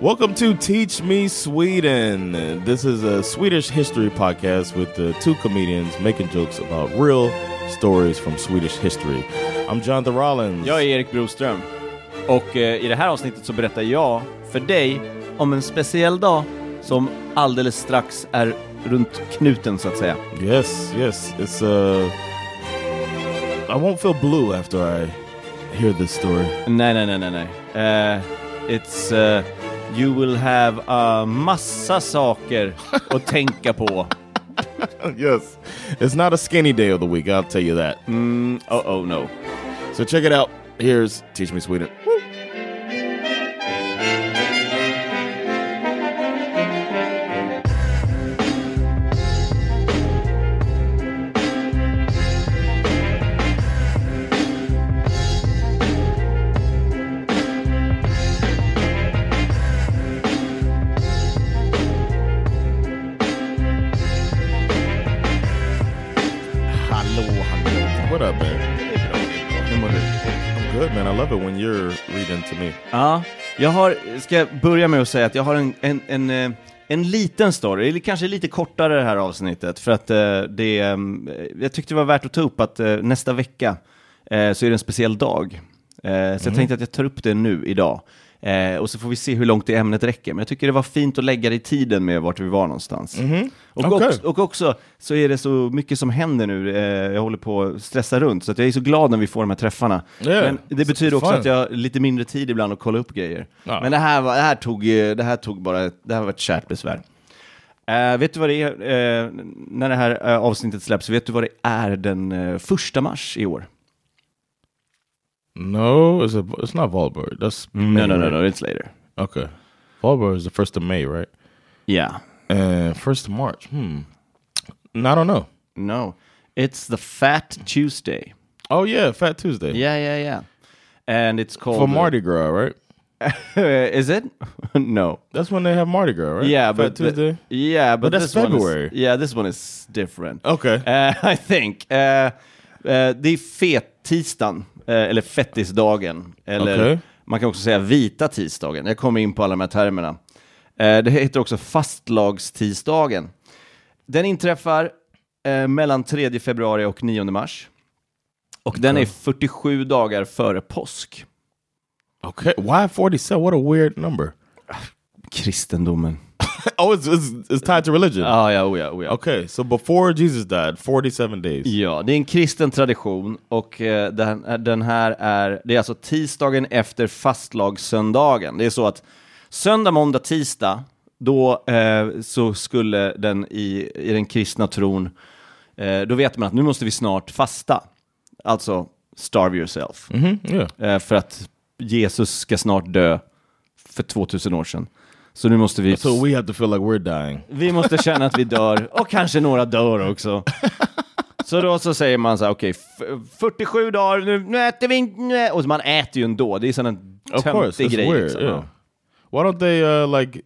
Welcome to Teach Me Sweden. This is a Swedish history podcast with uh, two comedians making jokes about real stories from Swedish history. I'm Jonathan Rollins. Jag är Erik Broström och eh, i det här avsnittet så berättar jag för dig om en speciell dag som alldeles strax är runt knuten så att säga. Yes, yes. It's uh I won't feel blue after I hear this story. Nej, nej, nej, nej, nej. Eh, it's... eh, you will have a massa saker att tänka på. yes. It's not a skinny day of the week, I'll tell you that. Mm, oh, oh no. So check it out. Here's Teach Me Sweden. Hallå, hallå. What up, man? Hur mår du? I'm good, man. I love it when you're reading to me. Ja, jag har, ska jag börja med att säga att jag har en, en, en, eh, en liten story, eller kanske lite kortare det här avsnittet, för att eh, det, eh, jag tyckte det var värt att ta upp att eh, nästa vecka eh, så är det en speciell dag. Eh, så Mm. jag tänkte att jag tar upp det nu idag. Eh, och så får vi se hur långt det ämnet räcker. Men jag tycker det var fint att lägga det i tiden med vart vi var någonstans. Mm-hmm. Och, Okej. också, och också så är det så mycket som händer nu. Eh, jag håller på att stressa runt, så att jag är så glad när vi får de här träffarna. Ja, Men det betyder också fan. att jag jag har lite mindre tid ibland att kolla upp grejer. Ja. Men det här, var, det, här tog, eh, det här tog bara ett- det här var ett kärt besvär. Eh, vet du vad det är, eh, när det här eh, avsnittet släpps, vet du vad det är den eh, första mars i år? No, it's a, it's not Valborg. That's No, no, no, no, it's later. Okay. Valborg is the first of May, right? Yeah, Uh, first of March. Hmm. No, I don't know. no. It's the fat Tuesday. Oh yeah, Fat Tuesday Yeah, yeah, yeah. And it's called... for Mardi Gras, right? Is it? no. That's when they have Mardi Gras, right? Yeah, Fat but the- Tuesday. yeah, but, But that's this one is- February. yeah, this one is different. Okay. Eh, I think. Eh, eh, det är fettisdagen, eh, eller fettisdagen. Eller Okej. man kan också säga vita tisdagen. Jag kommer in på alla de här termerna. Eh, det heter också fastlagstisdagen. Den inträffar eh, mellan 3 februari och 9 mars. Och den är 47 dagar före påsk. okay. Why forty-seven? What a weird number. Kristendomen. oh, it's, it's it's tied to religion. Ah, ja, oh ja, oh ja. okay, so before Jesus died, forty-seven days. Ja, det är en kristen tradition och eh, den, den här är, det är alltså tisdagen efter fastlagssöndagen. Det är så att söndag, måndag, tisdag, då eh, så skulle den i, i den kristna tron, eh, då vet man att nu måste vi snart fasta. Alltså, starve yourself. Mm. Mm-hmm, Yeah. Eh, för att Jesus ska snart dö för 2000 år sedan. Så nu måste vi... So we have to feel like we're dying. Vi måste känna att vi dör och kanske några dör också. Så då så säger man så här, okej, f- 47 dagar, nu, nu äter vi inte, och man äter ju ändå, det är sån en Of course, töntig it's grej. weird. Liksom. yeah. uh-huh. Why don't they uh, like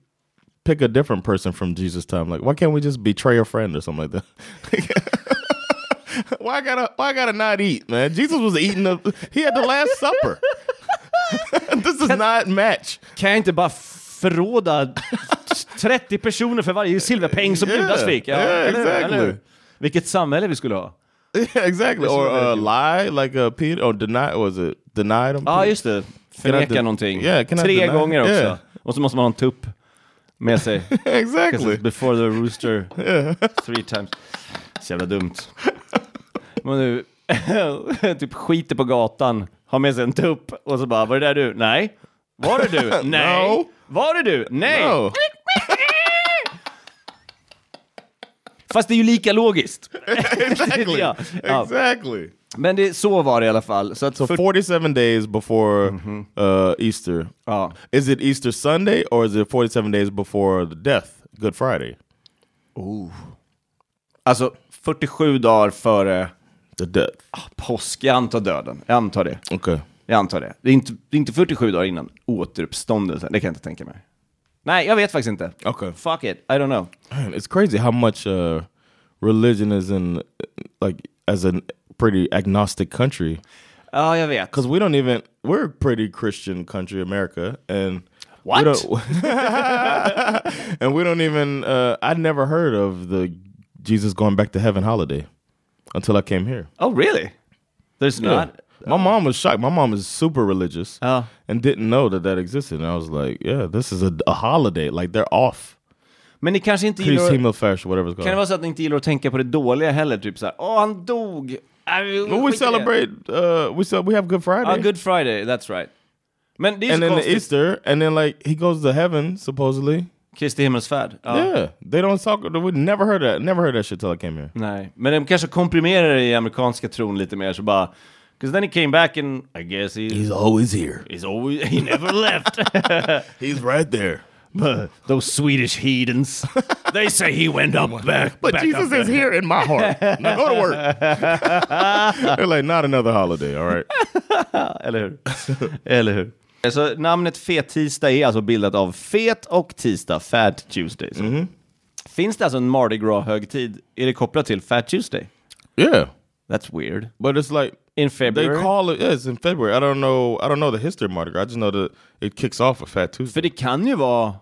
pick a different person from Jesus' time? Like, why can't we just betray a friend or something like that? why gotta why gotta not eat, man? Jesus was eating the he had the Last Supper. this does not match. Kan jag inte bara förråda 30 personer för varje silverpeng som Yeah, Judas fick? yeah, eller hur? exactly. hur? Vilket samhälle vi skulle ha. Yeah, exactly. Or uh, lie like uh, Peter or deny was it denied him? Ja, ah, just det. Can I Förneka de- någonting. Yeah, can I Tre deny- gånger också. Yeah. Och så måste man ha en tupp med sig. 'Cause exactly. it's Alltså, before the rooster three times. Så jävla dumt. Man nu typ skiter på gatan, har med sig en tupp och så bara, var det där du? Nej. Var det du? Nej. No. Var det du? Nej. No. Fast det är ju lika logiskt. exactly. Ja. Oh. Ja. Exactly. Men det, så var det i alla fall. Så att So för- 47 days before uh, Easter. ja. Is it Easter Sunday or is it 47 days before the death, Good Friday? Alltså 47 dagar före ah, The death. påsk, jag antar döden. Jag antar det. Okay. Jag antar det. Det är inte, det är inte 47 dagar innan återuppståndelsen, det kan jag inte tänka mig. Nej, jag vet faktiskt inte. Okay. Fuck it, I don't know. Man, it's crazy how much uh, religion is in, like, as a pretty agnostic country. Ja, jag vet. Because we don't even, we're a pretty Christian country, America. And We What? don't, and we don't even, uh, I never heard of the Jesus going back to heaven holiday until I came here. Oh really? There's Yeah. not? My mom was shocked. My mom is super religious Uh, Oh. and didn't know that that existed. And I was like, yeah, this is a, a holiday. Like, they're off. Men ni kanske inte Please, gillar... Himmelfärd, whatever it's called. Kan det vara så att ni inte gillar att tänka på det dåliga heller? Typ såhär, åh han dog! Äh, vi- But we skit i det." celebrate. Uh, we ce- we have Good Friday, Ja, Good Friday, that's right. Men det är ju and så then the konstigt. Easter, and then like he goes to heaven supposedly. Kristi himmelsfärd. Ja. Yeah, they don't talk. We never heard that. Never heard that shit till I came here. Nej, men de kanske komprimerar det i amerikanska tron lite mer så bara... 'Cause then he came back and I guess he, he's, always here. always, he never left. He's right there. Those Swedish heathens. They say he went up back. But back Jesus up is here in my heart. Now go to work. They're like, not another holiday. All right. Eller hur? Eller hur? Så namnet Fet Tisdag är alltså bildat av Fet och Tisdag, Fat Tuesday. så. Mm-hmm. Finns det alltså en Mardi Gras-högtid? Är det kopplat till Fat Tuesday? Yeah, That's weird. but it's like In they February? call it. Yeah, it's in February. I don't know. I don't know the history of Mardi Gras. I just know that it kicks off with Fat Tuesday. För det kan ju vara...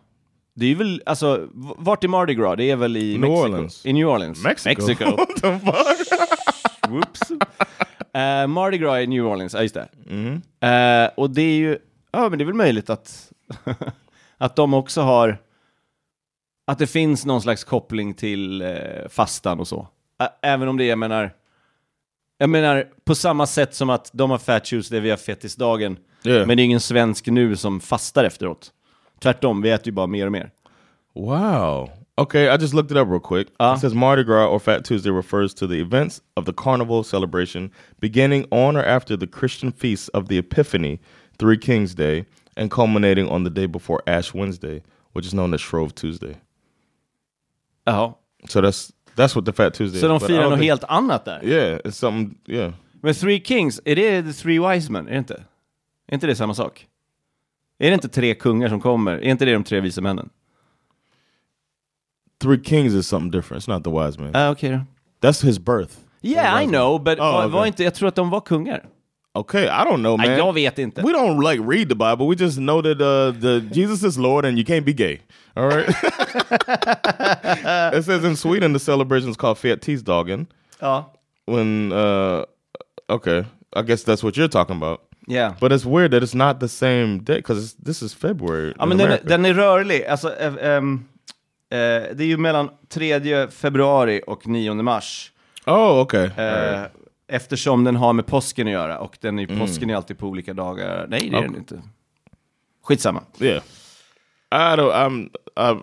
Det är väl, alltså, v- vart är Mardi Gras? Det är väl i New Mexiko? Orleans. I New Orleans. Mexico. Mexico. what the fuck? Whoops. Eh, Mardi Gras i New Orleans, ja just det. Mm-hmm. Eh, och det är ju, ja men det är väl möjligt att, att de också har, att det finns någon slags koppling till eh, fastan och så. Ä- även om det, jag menar, jag menar på samma sätt som att de har Fat Tuesday, vi har fettisdagen, Yeah. men det är ingen svensk nu som fastar efteråt. Tvärtom, vi äter ju bara mer och mer. Wow. Okay, I just looked it up real quick. Ah. It says Mardi Gras or Fat Tuesday refers to the events of the carnival celebration beginning on or after the Christian feast of the Epiphany, Three Kings Day, and culminating on the day before Ash Wednesday, which is known as Shrove Tuesday. Jaha. So that's that's what the Fat Tuesday Så is. de but I firar don't något think- helt annat där. Yeah, it's something yeah. Men Three Kings, är det The Three Wise Men? Är det inte? Är inte det samma sak? Är det inte tre kungar som kommer? Är inte det de tre vise männen? Three Kings is something different. It's not the wise man. Ah, okej då. That's his birth. Yeah, I know, but var, var okej. inte, jag tror att de var kungar. Okay, I don't know, man. Nej, jag vet inte. We don't like read the Bible. We just know that uh, the Jesus is Lord and you can't be gay. All right. it says in Sweden the celebration is called Fiat Tisdagen. Ja. When uh, okay, I guess that's what you're talking about. Yeah. But it's weird that it's not the same day because this is February. ja, in men den, America. den är rörlig. Alltså, eh, ehm, eh, det är ju mellan 3 februari och 9 mars. oh, okay. Eh, Eftersom den har med påsken att göra. Och den är, påsken är alltid på olika dagar. Mm. Nej, det är den inte. Skitsamma. yeah, I don't. I'm. I.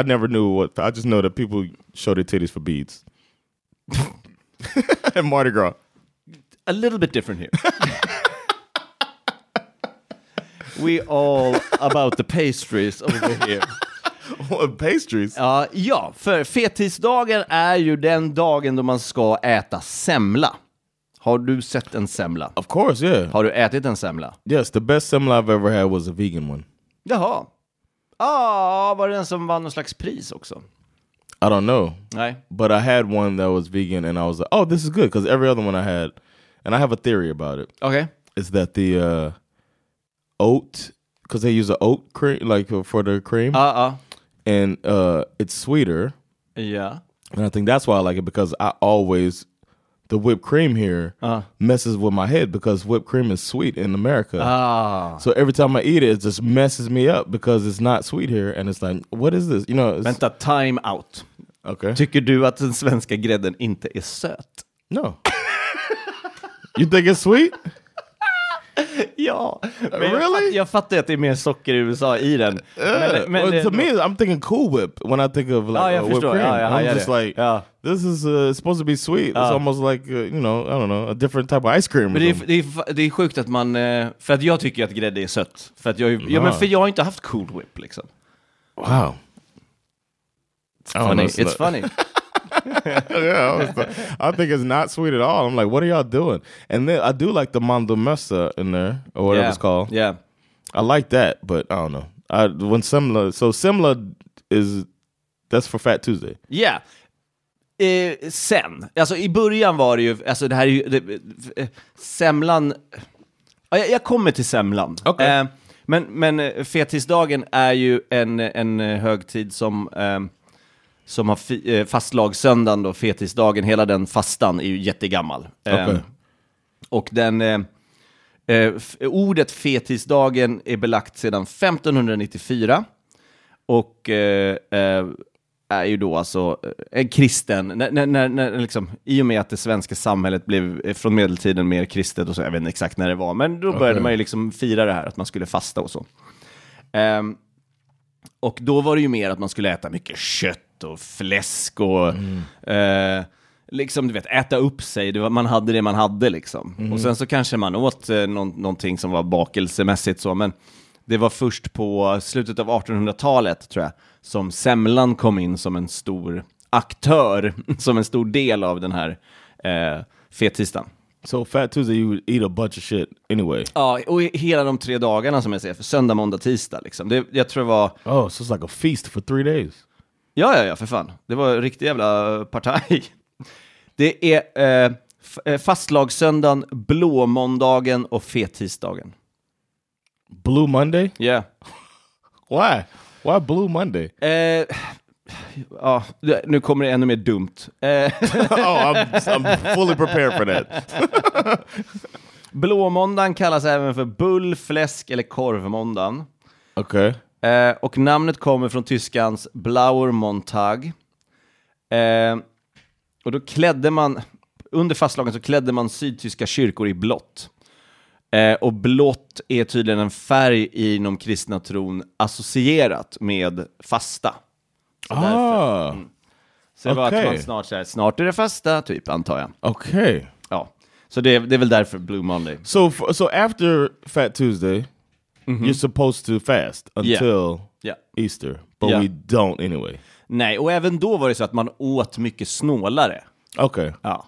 I never knew what. I just know that people show their titties for beads. and Mardi Gras. a little bit different here. We all about the pastries over here. Pastries. Ja, ja, för fettisdagen är ju den dagen då man ska äta semla. Har du sett en semla? Of course, yeah. Har du ätit en semla? Yes, the best semla I've ever had was a vegan one. Jaha. Ja, var det den som vann någon slags pris också? I don't know, Nej. but I had one that was vegan, and I was like, "Oh, this is good," because every other one I had, and I have a theory about it, Okej. is that the uh, oat, because they use a oat cream, like uh, for the cream, Ja, ja. and uh, it's sweeter, Ja. and I think that's why I like it because I always the whipped cream here Uh. messes with my head because whipped cream is sweet in America. Ah. so every time I eat it, it just messes me up because it's not sweet here, and it's like, what is this? You know? It's, Vänta, time out. okay. Tycker du att den svenska grädden inte är söt? No. you think it's sweet? ja, men jag, Really? fatt, jag fattar att det är mer socker i USA i den. Men, men, well, det- to me, I'm thinking Cool Whip when I think of Ah, like yeah, uh, for whipped sure. cream. Ah, yeah, I'm yeah, just yeah. like, Yeah. this is uh, it's supposed to be sweet. It's Ah. almost like uh, you know, I don't know, a different type of ice cream. or Men det, är, something. det, är, fa- det är sjukt att man, eh, för att jag tycker att grädde är sött. För att jag, ja, men för jag har inte haft cool whip liksom. wow. I don't Funny. know, It's not- funny. yeah, I, was like- I think it's not sweet at all. I'm like, what are y'all doing? And then I do like the mando mesa in there or whatever Yeah. it's called. Yeah. I like that, but I don't know. I when semla, so semla is that's for Fat Tuesday. Yeah. Eh, sen, alltså i början var det ju, alltså det här är ju, det, eh, semlan, ja, jag, jag kommer till semlan. Okej. Eh, men men eh, fetisdagen är ju en, en eh, högtid som, ehm, som har fi, eh, fastlagssöndagen då, fetisdagen, hela den fastan är ju jättegammal. Eh, Okej. och den, eh, eh, f- ordet fetisdagen är belagt sedan 1594. Och eh, eh, är ju då alltså eh, en kristen, när, när, när, när, liksom, i och med att det svenska samhället blev eh, från medeltiden mer kristet och så, jag vet inte exakt när det var, men då började Okej. man ju liksom fira det här att man skulle fasta och så. Ehm, och då var det ju mer att man skulle äta mycket kött och fläsk och eh, liksom, du vet, äta upp sig. Det var, man hade det man hade liksom. Och sen så kanske man åt eh, någon, någonting som var bakelsemässigt så, men det var först på slutet av 1800-talet, tror jag, som semlan kom in som en stor aktör, som en stor del av den här eh, fettisdagen. So Fat Tuesday, you would eat a bunch of shit anyway. Ja, och hela de tre dagarna som jag säger, för söndag, måndag, tisdag liksom. Det, jag tror det var Oh, so it's like a feast for three days. Ja, ja, ja, för fan. Det var riktig jävla partaj. Det är eh, f- eh, fastlagssöndagen, blåmåndagen och fettisdagen. Blue Monday? Yeah. Why? Why Blue Monday? Eh, ja, det- nu kommer det ännu mer dumt. Eh, oh, I'm, I'm fully prepared for that. blåmåndagen kallas även för bull, fläsk eller korvmåndagen. Okay. Eh, och namnet kommer från tyskans Blauermontag. Eh, och då klädde man, under fastlagen så klädde man sydtyska kyrkor i blått. Eh, och blått är tydligen en färg inom kristna tron associerat med fasta. Så därför- Ah, så det var att okej. man snart säger snart är det fasta, typ, antar jag. okay. Ja. Så det, är- det är väl därför Blue Monday. So f- so after Fat Tuesday, you're supposed to fast until Yeah. Easter, but Yeah. we don't anyway. Nej, och även då var det så att man åt mycket snålare. Okay. Ja.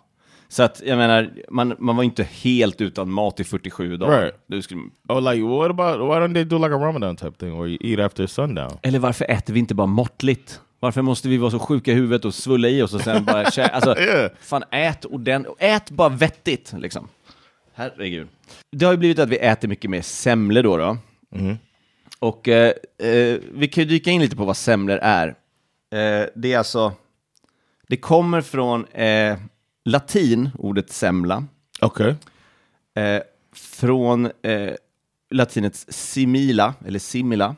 Så att jag menar, man, man var inte helt utan mat i 47 dagar. Right. Du skulle, Oh, like what about why don't they do like a Ramadan type thing where you eat after sundown? eller varför äter vi inte bara måttligt? Varför måste vi vara så sjuka i huvudet och svulla i oss och sen bara kä- alltså, Yeah. fan ät ordentligt, ät bara vettigt liksom. Herregud. Det har ju blivit att vi äter mycket mer semlor då. då. Och eh, eh, vi kan ju dyka in lite på vad semlor är. Eh, det är alltså, det kommer från eh, latin, ordet semla. Okay. eh, från eh, latinets simila, eller simila,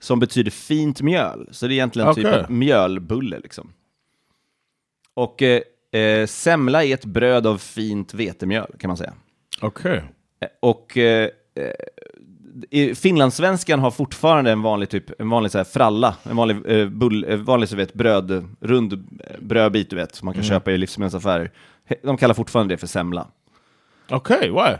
som betyder fint mjöl. Så det är egentligen typ Okej. en mjölbulle liksom. Och eh, eh, semla är ett bröd av fint vetemjöl kan man säga. Okay. Eh, Och eh, eh, i- finlandssvenskan har fortfarande en vanlig typ, en vanlig så här fralla, en vanlig, eh, bull, eh, vanlig så vet, bröd, rund eh, brödbit du vet, som man kan köpa i livsmedelsaffärer. He- De kallar fortfarande det för semla. Okay. Why?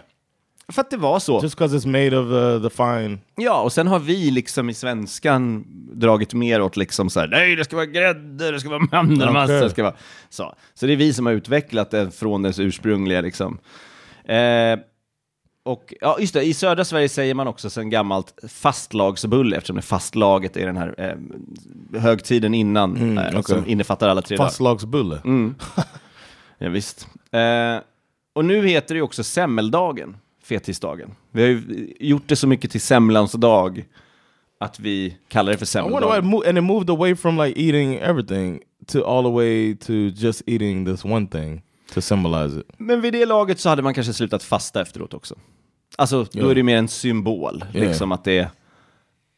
För att det var så. Just because it's made of uh, the fine. Ja, och sen har vi liksom i svenskan dragit mer åt liksom så här, nej det ska vara grädde, det ska vara mandelmassa, Okej. det ska vara så. Så det är vi som har utvecklat den från dess ursprungliga liksom. Eh, och ja, just det, i södra Sverige säger man också sen gammalt fastlagsbulle, eftersom det fastlaget är den här eh, högtiden innan, eh, Mm, okej. som innefattar alla tre dagar. Fastlagsbulle. Ja, visst. Eh, och nu heter det ju också semmeldagen, fettisdagen. Vi har ju gjort det så mycket till semlans dag att vi kallar det för I wonder why, it semmeldagen. mo- and it moved away from like eating everything to all the way to just eating this one thing to symbolize it. Men vid det laget så hade man kanske slutat fasta efteråt också. Alltså, då Ja. är det mer en symbol, Ja. liksom att det är...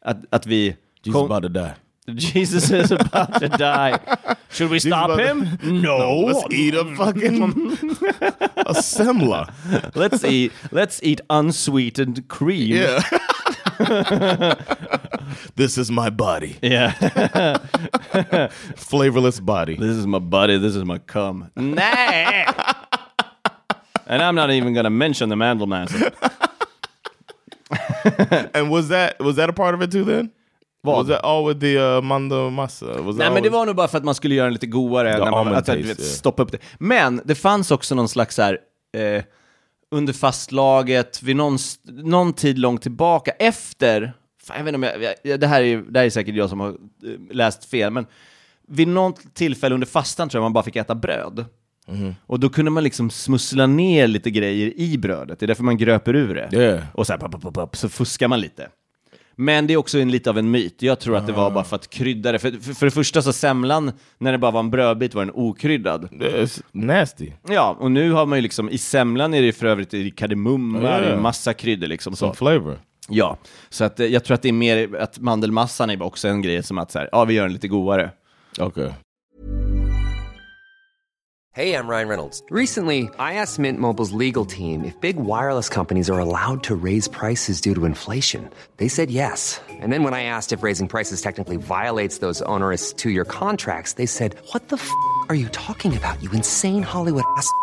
Att, att vi... Jesus Kom, about to die. Jesus is about to die. Should we stop about to- him? No. Let's eat a fucking a semla. let's eat. Let's eat unsweetened cream. Yeah. this is my body. yeah. Flavorless body. This is my buddy. This is my cum. Nah. and I'm not even gonna mention the Mandelmaster. And was that was that a part of it too then? Vad? Was that all with the uh, mando massa? Was Nej that men det all- var nog bara för att man skulle göra den lite godare, när man, almond att, att, du taste, vet, ja. stoppa upp det. Men det fanns också någon slags så här, eh, under fastlaget, vid någon, s- någon tid långt tillbaka, efter, fan, jag vet inte om jag, jag- jag, det, här är, det här är säkert jag som har eh, läst fel, men vid något tillfälle under fastan tror jag man bara fick äta bröd. Och då kunde man liksom smussla ner lite grejer i brödet, det är därför man gröper ur det. Yeah. Och så här, pop, pop, pop, pop, så fuskar man lite. Men det är också en, lite av en myt. Jag tror att det Ah. var bara för att krydda det. För, för, för det första så semlan, när det bara var en brödbit, var den okryddad. It's nasty. Ja, och nu har man ju liksom, i semlan är det ju för övrigt i kardemumma, Ja, ja, ja. i massa kryddor liksom. Some Så, flavor. ja, så att, eh, jag tror att det är mer att mandelmassan är också en grej som att så här, ja vi gör den lite godare. Okay. Hey, I'm Ryan Reynolds. Recently, I asked Mint Mobile's legal team if big wireless companies are allowed to raise prices due to inflation. They said yes. And then when I asked if raising prices technically violates those onerous two year contracts, they said, What the f are you talking about, you insane Hollywood ass? f-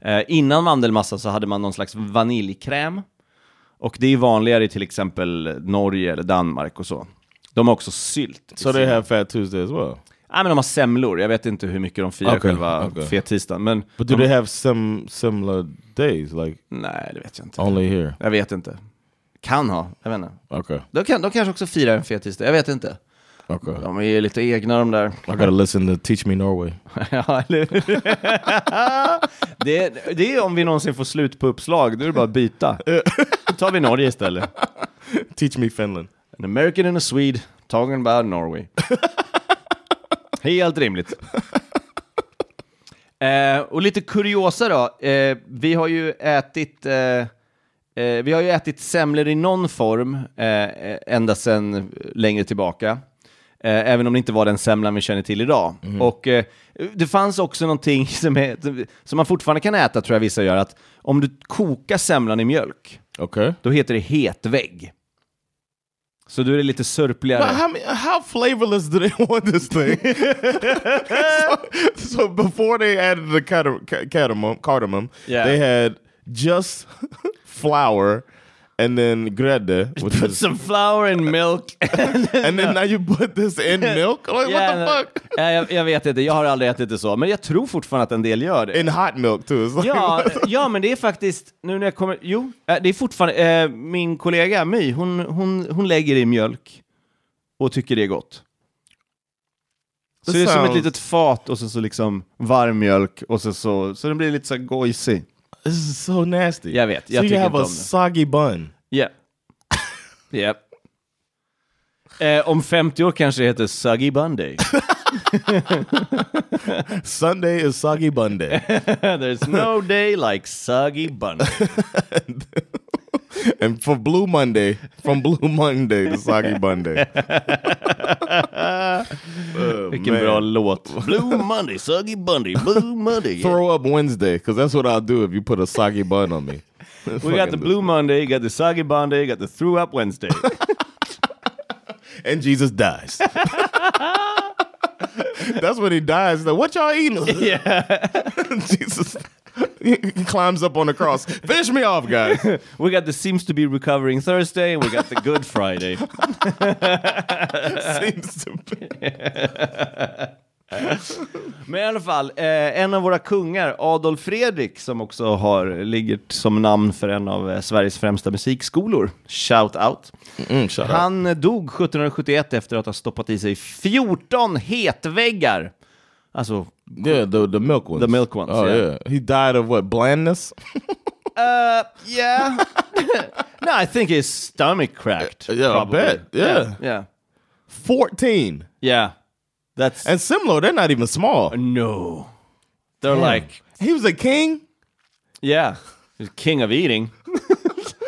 Eh, innan mandelmassa så hade man någon slags vaniljkräm. Och det är vanligare i till exempel Norge eller Danmark och så. De har också sylt. i So they sin- have Fat Tuesday as well. Nej men de har semlor, jag vet inte hur mycket de firar Okej, själva okej. fettisdagen. Men But do de... they have some similar days like Nej det vet jag inte. only here? Jag vet inte. Kan ha, jag vet inte. Okay. De, kan, de kanske också firar en fettisdag, jag vet inte. Okay. De är ju lite egna de där. I gotta listen to Teach Me Norway. Ja, eller hur? det, det är om vi någonsin får slut på uppslag, då är det bara att byta. Då tar vi Norge istället. Teach Me Finland. An American and a Swede, talking about Norway. Helt rimligt. Eh, och lite kuriosa då. Eh, vi har ju ätit... Eh, Eh, vi har ju ätit semlor i någon form eh, eh, ända sedan längre tillbaka. Eh, även om det inte var den semlan vi känner till idag. Och eh, det fanns också någonting som, är, som man fortfarande kan äta, tror jag vissa gör, att om du kokar semlan i mjölk, Okay. då heter det hetvägg. Så då är det lite sörpligare. But how many- how flavorless do they want this thing? so, so before they added the cardam- ca- cardamom, cardamom Yeah. they had just flour and then grede, which Put is, some flour and milk. and then now you put this in milk. Like Yeah, what the fuck? eh, jag, jag vet inte, jag har aldrig ätit det så, men jag tror fortfarande att en del gör det. In hot milk too. It's like, Ja, ja, men det är faktiskt, nu när jag kommer, jo, eh, det är fortfarande, eh, min kollega My, hon, hon, hon lägger i mjölk och tycker det är gott. Så Det det är som ett sounds- litet fat och sen så liksom varm mjölk och sen så, så den blir lite så här gojsig. this is so nasty. Jag vet, So jag you tycker have inte a om det. soggy bun. Ja. Ja. Eh, om 50 år kanske det heter Suggy Bunday. Sunday is soggy bun day. There's no day like Suggy Bunday. And for Blue Monday, from Blue Monday to Soggy Monday. Oh, Vilken bra låt. Blue Monday, Suggy Bunday, Blue Monday. yeah. Throw up Wednesday, because that's what I'll do if you put a soggy bun on me. We got the Blue Monday, you got the Soggy Monday, you got the Threw Up Wednesday. And Jesus dies. that's when he dies. Like, what y'all eating? yeah. Jesus. he climbs up on the cross. Finish me off, guys. We got the seems to be recovering Thursday, and we got the Good Friday. Seems to be. Men i alla fall, eh, en av våra kungar, Adolf Fredrik, som också har, ligger t- som namn för en av eh, Sveriges främsta musikskolor, shout out. Mm, Han eh, dog 1771 efter att ha stoppat i sig 14 hetväggar. Alltså, Yeah, the the milk ones. The milk ones, Oh yeah. yeah. He died of what? Blandness. yeah. no, I think his stomach cracked. Yeah, I probably. bet. Yeah. yeah. Fourteen. Yeah. That's And similar, they're not even small. no. They're like, He was a king. yeah, he's king of eating.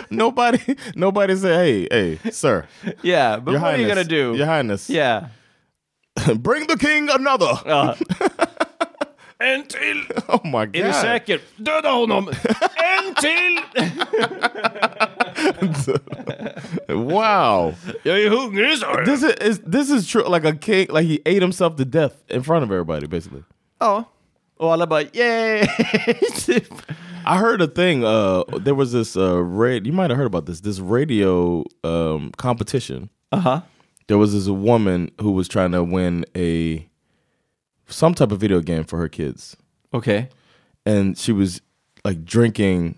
Nobody, nobody said, "Hey, hey, sir, Yeah, but your what highness, are you gonna do? Your Highness, yeah. bring the king another." Ja. En till! oh my Är du god! säker? Döda honom! En till! Wow, Jag är hungrig sa du! this is, is this is true. Like a king, like he ate himself to death in front of everybody, basically. Ja. Och alla bara yay! typ. I heard a thing. Uh, there was this uh, raid. You might have heard about this. This radio um, competition. Uh Uh-huh. There was this woman who was trying to win a some type of video game for her kids, Okej. and she was like drinking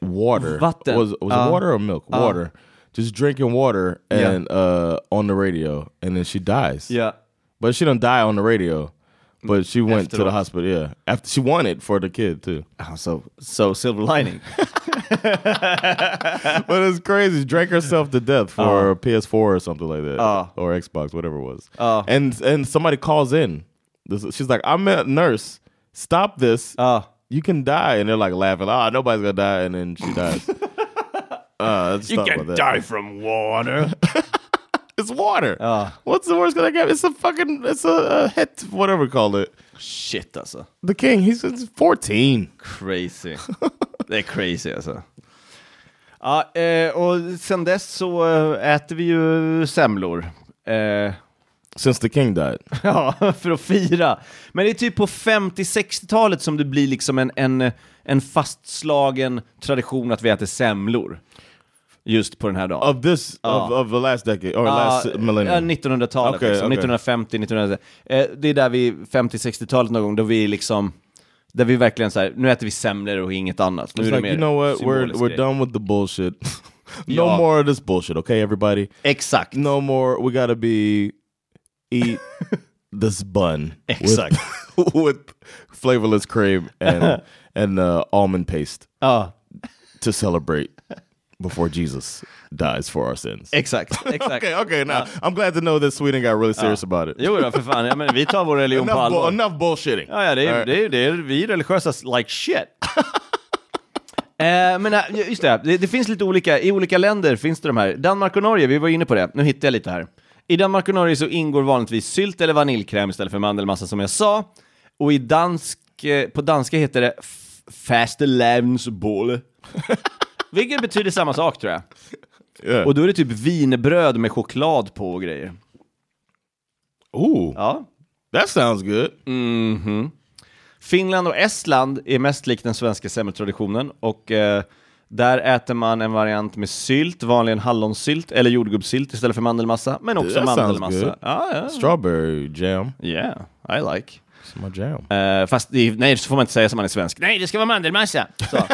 water. Vatten. Was was it water or milk? Water. Just drinking water uh, Yeah. and uh, on the radio, and then she dies. Ja. but she don't die on the radio. But she went to the Afterwards. hospital. Yeah, after she won it for the kid too. Alltså, Oh, so silver lining. But it's crazy. She Drank herself to death for Oh. PS4 or something like that, or Xbox, whatever it was. Oh. and and somebody calls in. This, she's like, "I'm a nurse. Stop this. Ja. you can die." And they're like laughing. Ah, nobody's gonna die. And then she dies. uh, let's talk about that. from water. It's water. What's the worst that can happen? It's a fucking. It's a, a hit. Whatever we call it. Shit alltså. The king. He's, he's fourteen. Crazy. Det är crazy alltså. Ja, eh, och sen dess så eh, äter vi ju semlor. Eh, Since the king died. Ja, för att fira. Men det är typ på 50-60-talet som det blir liksom en, en, en fastslagen tradition att vi äter semlor. Just på den här dagen. Of this of, of the last decade or last Ja, eh, millennium. ja, 1900-talet, Okej, liksom. okej. 1950, 1900 eh, Det är där vi, 50-60-talet någon gång, då vi liksom, där vi verkligen så här, nu äter vi semlor och inget annat. Nu It's är det like, mer you know what? We're symbolisk we're grej. done with the bullshit. no Yeah. more of this bullshit, okay, everybody. Exakt. No more. We gotta be eat this bun Exact. with, with flavorless cream and and uh, almond paste Ja, to celebrate before Jesus dies for our sins. exakt, exakt. Okay, okay. Now I'm glad to know that Sweden got really serious about it. Jo då, för fan, ja, men vi tar vår religion på Enough, bu- allvar. enough bullshitting. Ja, ja det, är, All right. det, är, det är, vi är religiösa like shit. Eh, men eh, just det, det, det finns lite olika, i olika länder finns det de här. Danmark och Norge, vi var inne på det, nu hittar jag lite här. I Danmark och Norge så ingår vanligtvis sylt eller vaniljkräm istället för mandelmassa som jag sa. Och i dansk, eh, på danska heter det f- fastelavnsbolle. Vilket betyder samma sak tror jag. Yeah. Och då är det typ vinbröd med choklad på och grejer. Ooh, Ja, that sounds good. Finland och Estland är mest lik den svenska semmeltraditionen och eh, där äter man en variant med sylt, vanligen hallonsylt eller jordgubbssylt istället för mandelmassa, men också That sounds good. mandelmassa. Ja, ja. Strawberry jam. Yeah, I like. It's my jam. Eh, fast det, är- nej, så får man inte säga som man är svensk. Nej, det ska vara mandelmassa! Så.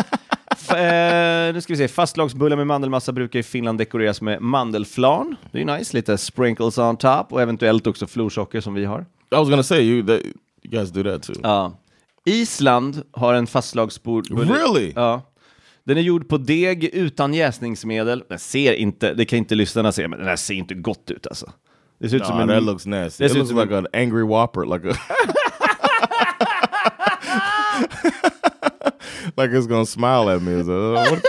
F- eh, nu ska vi se, fastlagsbullar med mandelmassa brukar i Finland dekoreras med mandelflarn. Det är ju nice, lite sprinkles on top och eventuellt också florsocker som vi har. I was gonna say you that you guys do that too. Ja. Island har en fastlagsbulle. Really? Ja. Den är gjord på deg utan jäsningsmedel. Den ser inte, det kan inte lyssnarna se, men den här ser inte gott ut alltså. Det ser ut som Nah, en... that looks nasty. It This looks is- like an angry whopper, like a like it's gonna smile at me. It's, uh, what-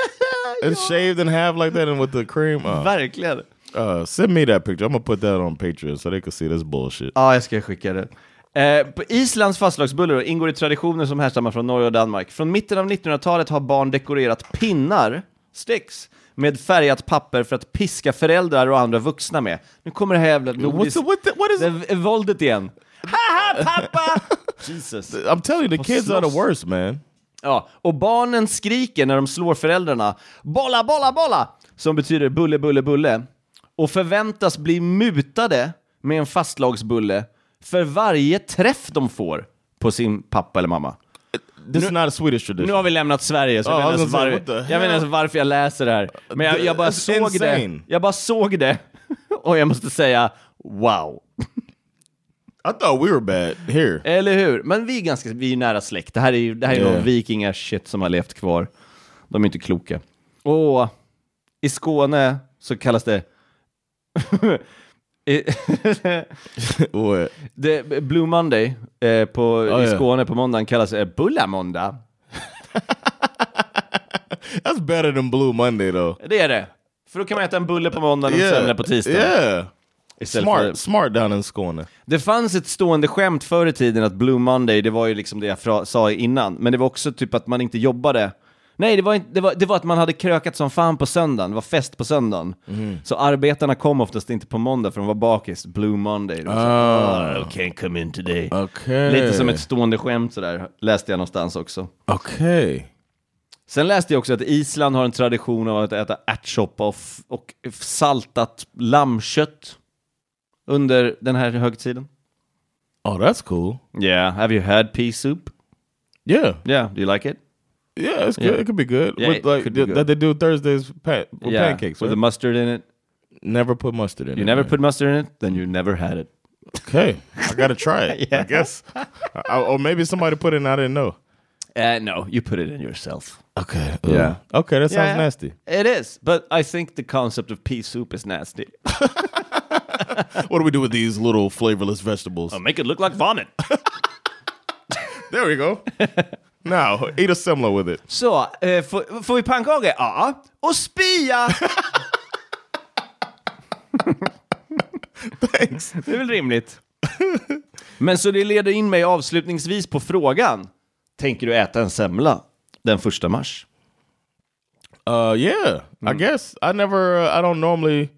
it's shaved in half like that, and with the cream. Uh, Verkligen. uh, send me that picture. I'm gonna put that on Patreon so they can see this bullshit. Ja, ah, jag ska skicka det. Eh, på Islands fastlagsbullar ingår i traditioner som härstammar från Norge och Danmark. Från mitten av 1900-talet har barn dekorerat pinnar, sticks, med färgat papper för att piska föräldrar och andra vuxna med. Nu kommer det här jävla What's the, nordiska... what? The, what is? Det är våldet igen. Haha, pappa! Jesus. Uh, I'm telling you, the kids are the slåss. worst, man. Ja, och barnen skriker när de slår föräldrarna “bolla, bolla, bolla!” som betyder bulle, bulle, bulle och förväntas bli mutade med en fastlagsbulle för varje träff de får på sin pappa eller mamma. This is not a Swedish tradition. Nu har vi lämnat Sverige, så Ja, alltså, jag, vet jag inte was gonna say, what ens var... the jag vet inte hell? ens varför jag läser det här. Men jag, jag bara It's såg insane. det. Jag bara såg det och jag måste säga wow. I thought we were bad here. Eller hur? Men vi är ganska, vi är ju nära släkt. Det här är ju, det här är ju Ja. någon vikingashit som har levt kvar. De är inte kloka. Och i Skåne så kallas det... I- What? det Blue Monday eh, på, i ja. Skåne på måndagen kallas eh, Bullamåndag. That's better than Blue Monday though. Det är det. För då kan man äta en bulle på måndagen och en semla på tisdagen. Yeah. Istället Smart, för- smart down in Skåne. Det fanns ett stående skämt förr i tiden att Blue Monday, det var ju liksom det jag fra- sa innan, men det var också typ att man inte jobbade. Nej, det var, inte, det, var, det var att man hade krökat som fan på söndagen, det var fest på söndagen. Så arbetarna kom oftast inte på måndag för de var bakis, Blue Monday. De var så, "Oh, can't come in today. Okay. Lite som ett stående skämt sådär, läste jag någonstans också. Okay. Sen läste jag också att Island har en tradition av att äta ärtsoppa och, f- och f- saltat lammkött under den här högtiden. Oh, that's cool. Yeah, have you had pea soup? Yeah. Yeah, do you like it? Yeah, it's good. Yeah. It could be good. Yeah, with, it like could be th- good. that they do Thursdays pa- with yeah, pancakes. with Right? the mustard in it. never put mustard in. You it, never man. put mustard in it, then you never had it. Okay, I gotta try it. I guess, I, or maybe somebody put it and I didn't know. Uh, no, you put it in yourself. Okay. Yeah. Okay, that sounds Yeah. nasty. It is, but I think the concept of pea soup is nasty. What do we do with these little flavorless vegetables? make it look like vomit. Um, there we go. now eat a semla with it. Så, eh, får, får vi pannkaka? Ja. Och spia! Thanks. Det är väl rimligt. Men så det leder in mig avslutningsvis på frågan. Tänker du äta en semla den första mars? Uh, yeah, I Mm. guess I never. Uh, I don't normally.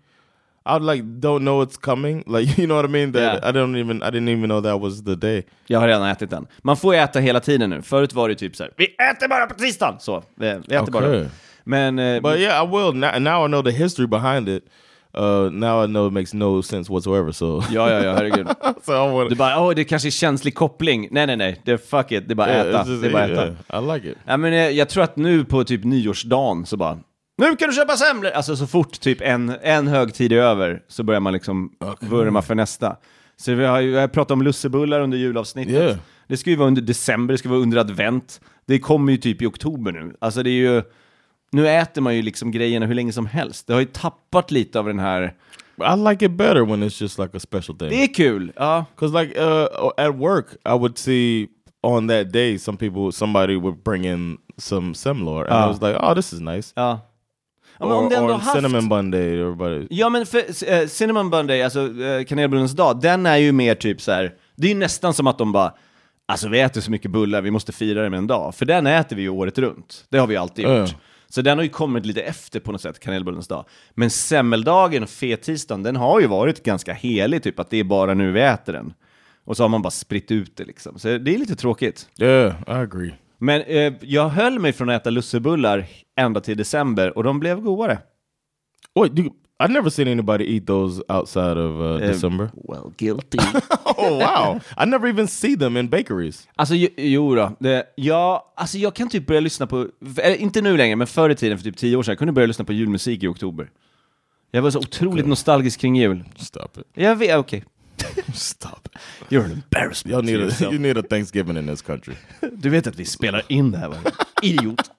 I like don't know it's coming. Like you know what I mean. That Yeah. I don't even. I didn't even know that was the day. Jag har redan ätit den. Man får ju äta hela tiden nu. Förut var det typ så här, vi äter bara på tisdagen! Så, eh, vi äter bara. Okej. Men, eh, But yeah, I will now. Now I know the history behind it. Uh, now I know it makes no sense whatsoever. So ja, ja, ja, herregud. so I want Du bara, åh, det kanske är känslig koppling. Nej, nej, nej, det, fuck it, det är bara äta. Det är bara äta. I like it. Ja, men, eh, jag tror att nu på typ nyårsdagen så bara, nu kan du köpa semlor! Alltså så fort typ en, en högtid är över så börjar man liksom vurma för nästa. Så vi har ju jag har pratat om lussebullar under julavsnittet. Yeah. Det ska ju vara under december, det ska vara under advent. Det kommer ju typ i oktober nu. Alltså det är ju, nu äter man ju liksom grejerna hur länge som helst. Det har ju tappat lite av den här, But I like it better when it's just like a special det thing. är kul! Ja. Because like uh, at work, I would see on that day some people, somebody would bring in some semlor, Uh. and I was like, oh, this is nice. Ja. Ja, men or om det ändå or haft... cinnamon bun day, everybody. Ja men för, eh, Cinnamon Bun Day, alltså eh, kanelbullens dag, den är ju mer typ så här. det är ju nästan som att de bara, alltså vi äter så mycket bullar, vi måste fira det med en dag. För den äter vi ju året runt, det har vi alltid gjort. Ja. Så den har ju kommit lite efter på något sätt, kanelbullens dag. Men semmeldagen, fettisdagen, den har ju varit ganska helig, typ att det är bara nu vi äter den. Och så har man bara spritt ut det liksom, så det är lite tråkigt. Yeah, I agree. Men eh, jag höll mig från att äta lussebullar ända till december och de blev godare. Wait, you, I've never seen anybody eat those outside of uh, December. Well, guilty. Oh wow! I never even see them in bakeries. Alltså jo, jo då. Det, jag, alltså jag kan typ börja lyssna på, eller inte nu längre, men förr i tiden för typ tio år sedan, jag kunde börja lyssna på julmusik i oktober. Jag var så otroligt nostalgisk kring jul. Stop it! Jag vet, okej. Stop it! You're an embarrassment Y'all to need a yourself. you need a Thanksgiving in this country. Du vet att vi spelar in det här, va? Idiot.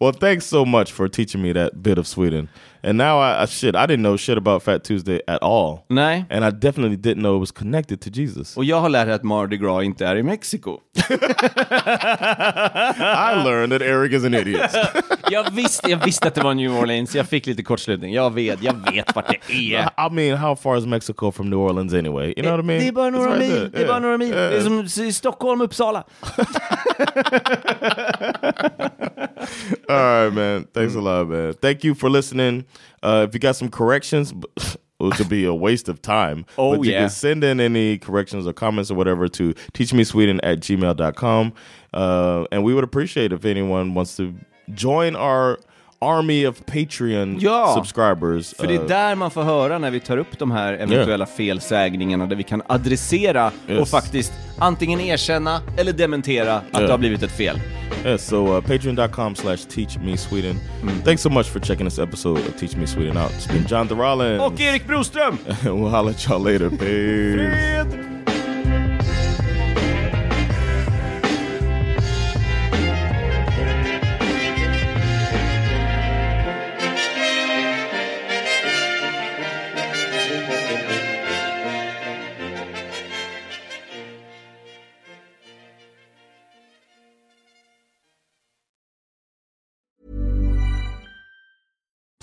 Well, thanks so much for teaching me that bit of Sweden. And now I, I shit, I didn't know shit about Fat Tuesday at all. Nej. And I definitely didn't know it was connected to Jesus. Och jag har lärt mig att Mardi Gras inte är i Mexiko. I learned that Eric is an idiot. Jag visste, jag visste att det var New Orleans, jag fick lite kortslutning. Jag vet, jag vet vart det är. I mean, how far is Mexico from New Orleans anyway? You know what I mean? Det är bara It's några right mil, there. det Eh, är bara Yeah. några mil. Det Yeah. är som Stockholm, Uppsala. All right, man. Thanks a lot, man. Thank you for listening. Uh, if you got some corrections, which would be a waste of time. Oh, but you yeah. can send in any corrections or comments or whatever to teachmesweden at gmail.com. Uh, and we would appreciate if anyone wants to join our army of Patreon Ja. subscribers. För det Uh, är där man får höra när vi tar upp de här eventuella felsägningarna där vi kan adressera och Yes. faktiskt antingen erkänna eller dementera att det har blivit ett fel. Yeah, so uh, patreon.com slash teach me Sweden. Mm-hmm. Thanks so much for checking this episode of Teach Me Sweden out. It's been John Rollins. Och Erik Broström! we'll holler at y'all later. Peace.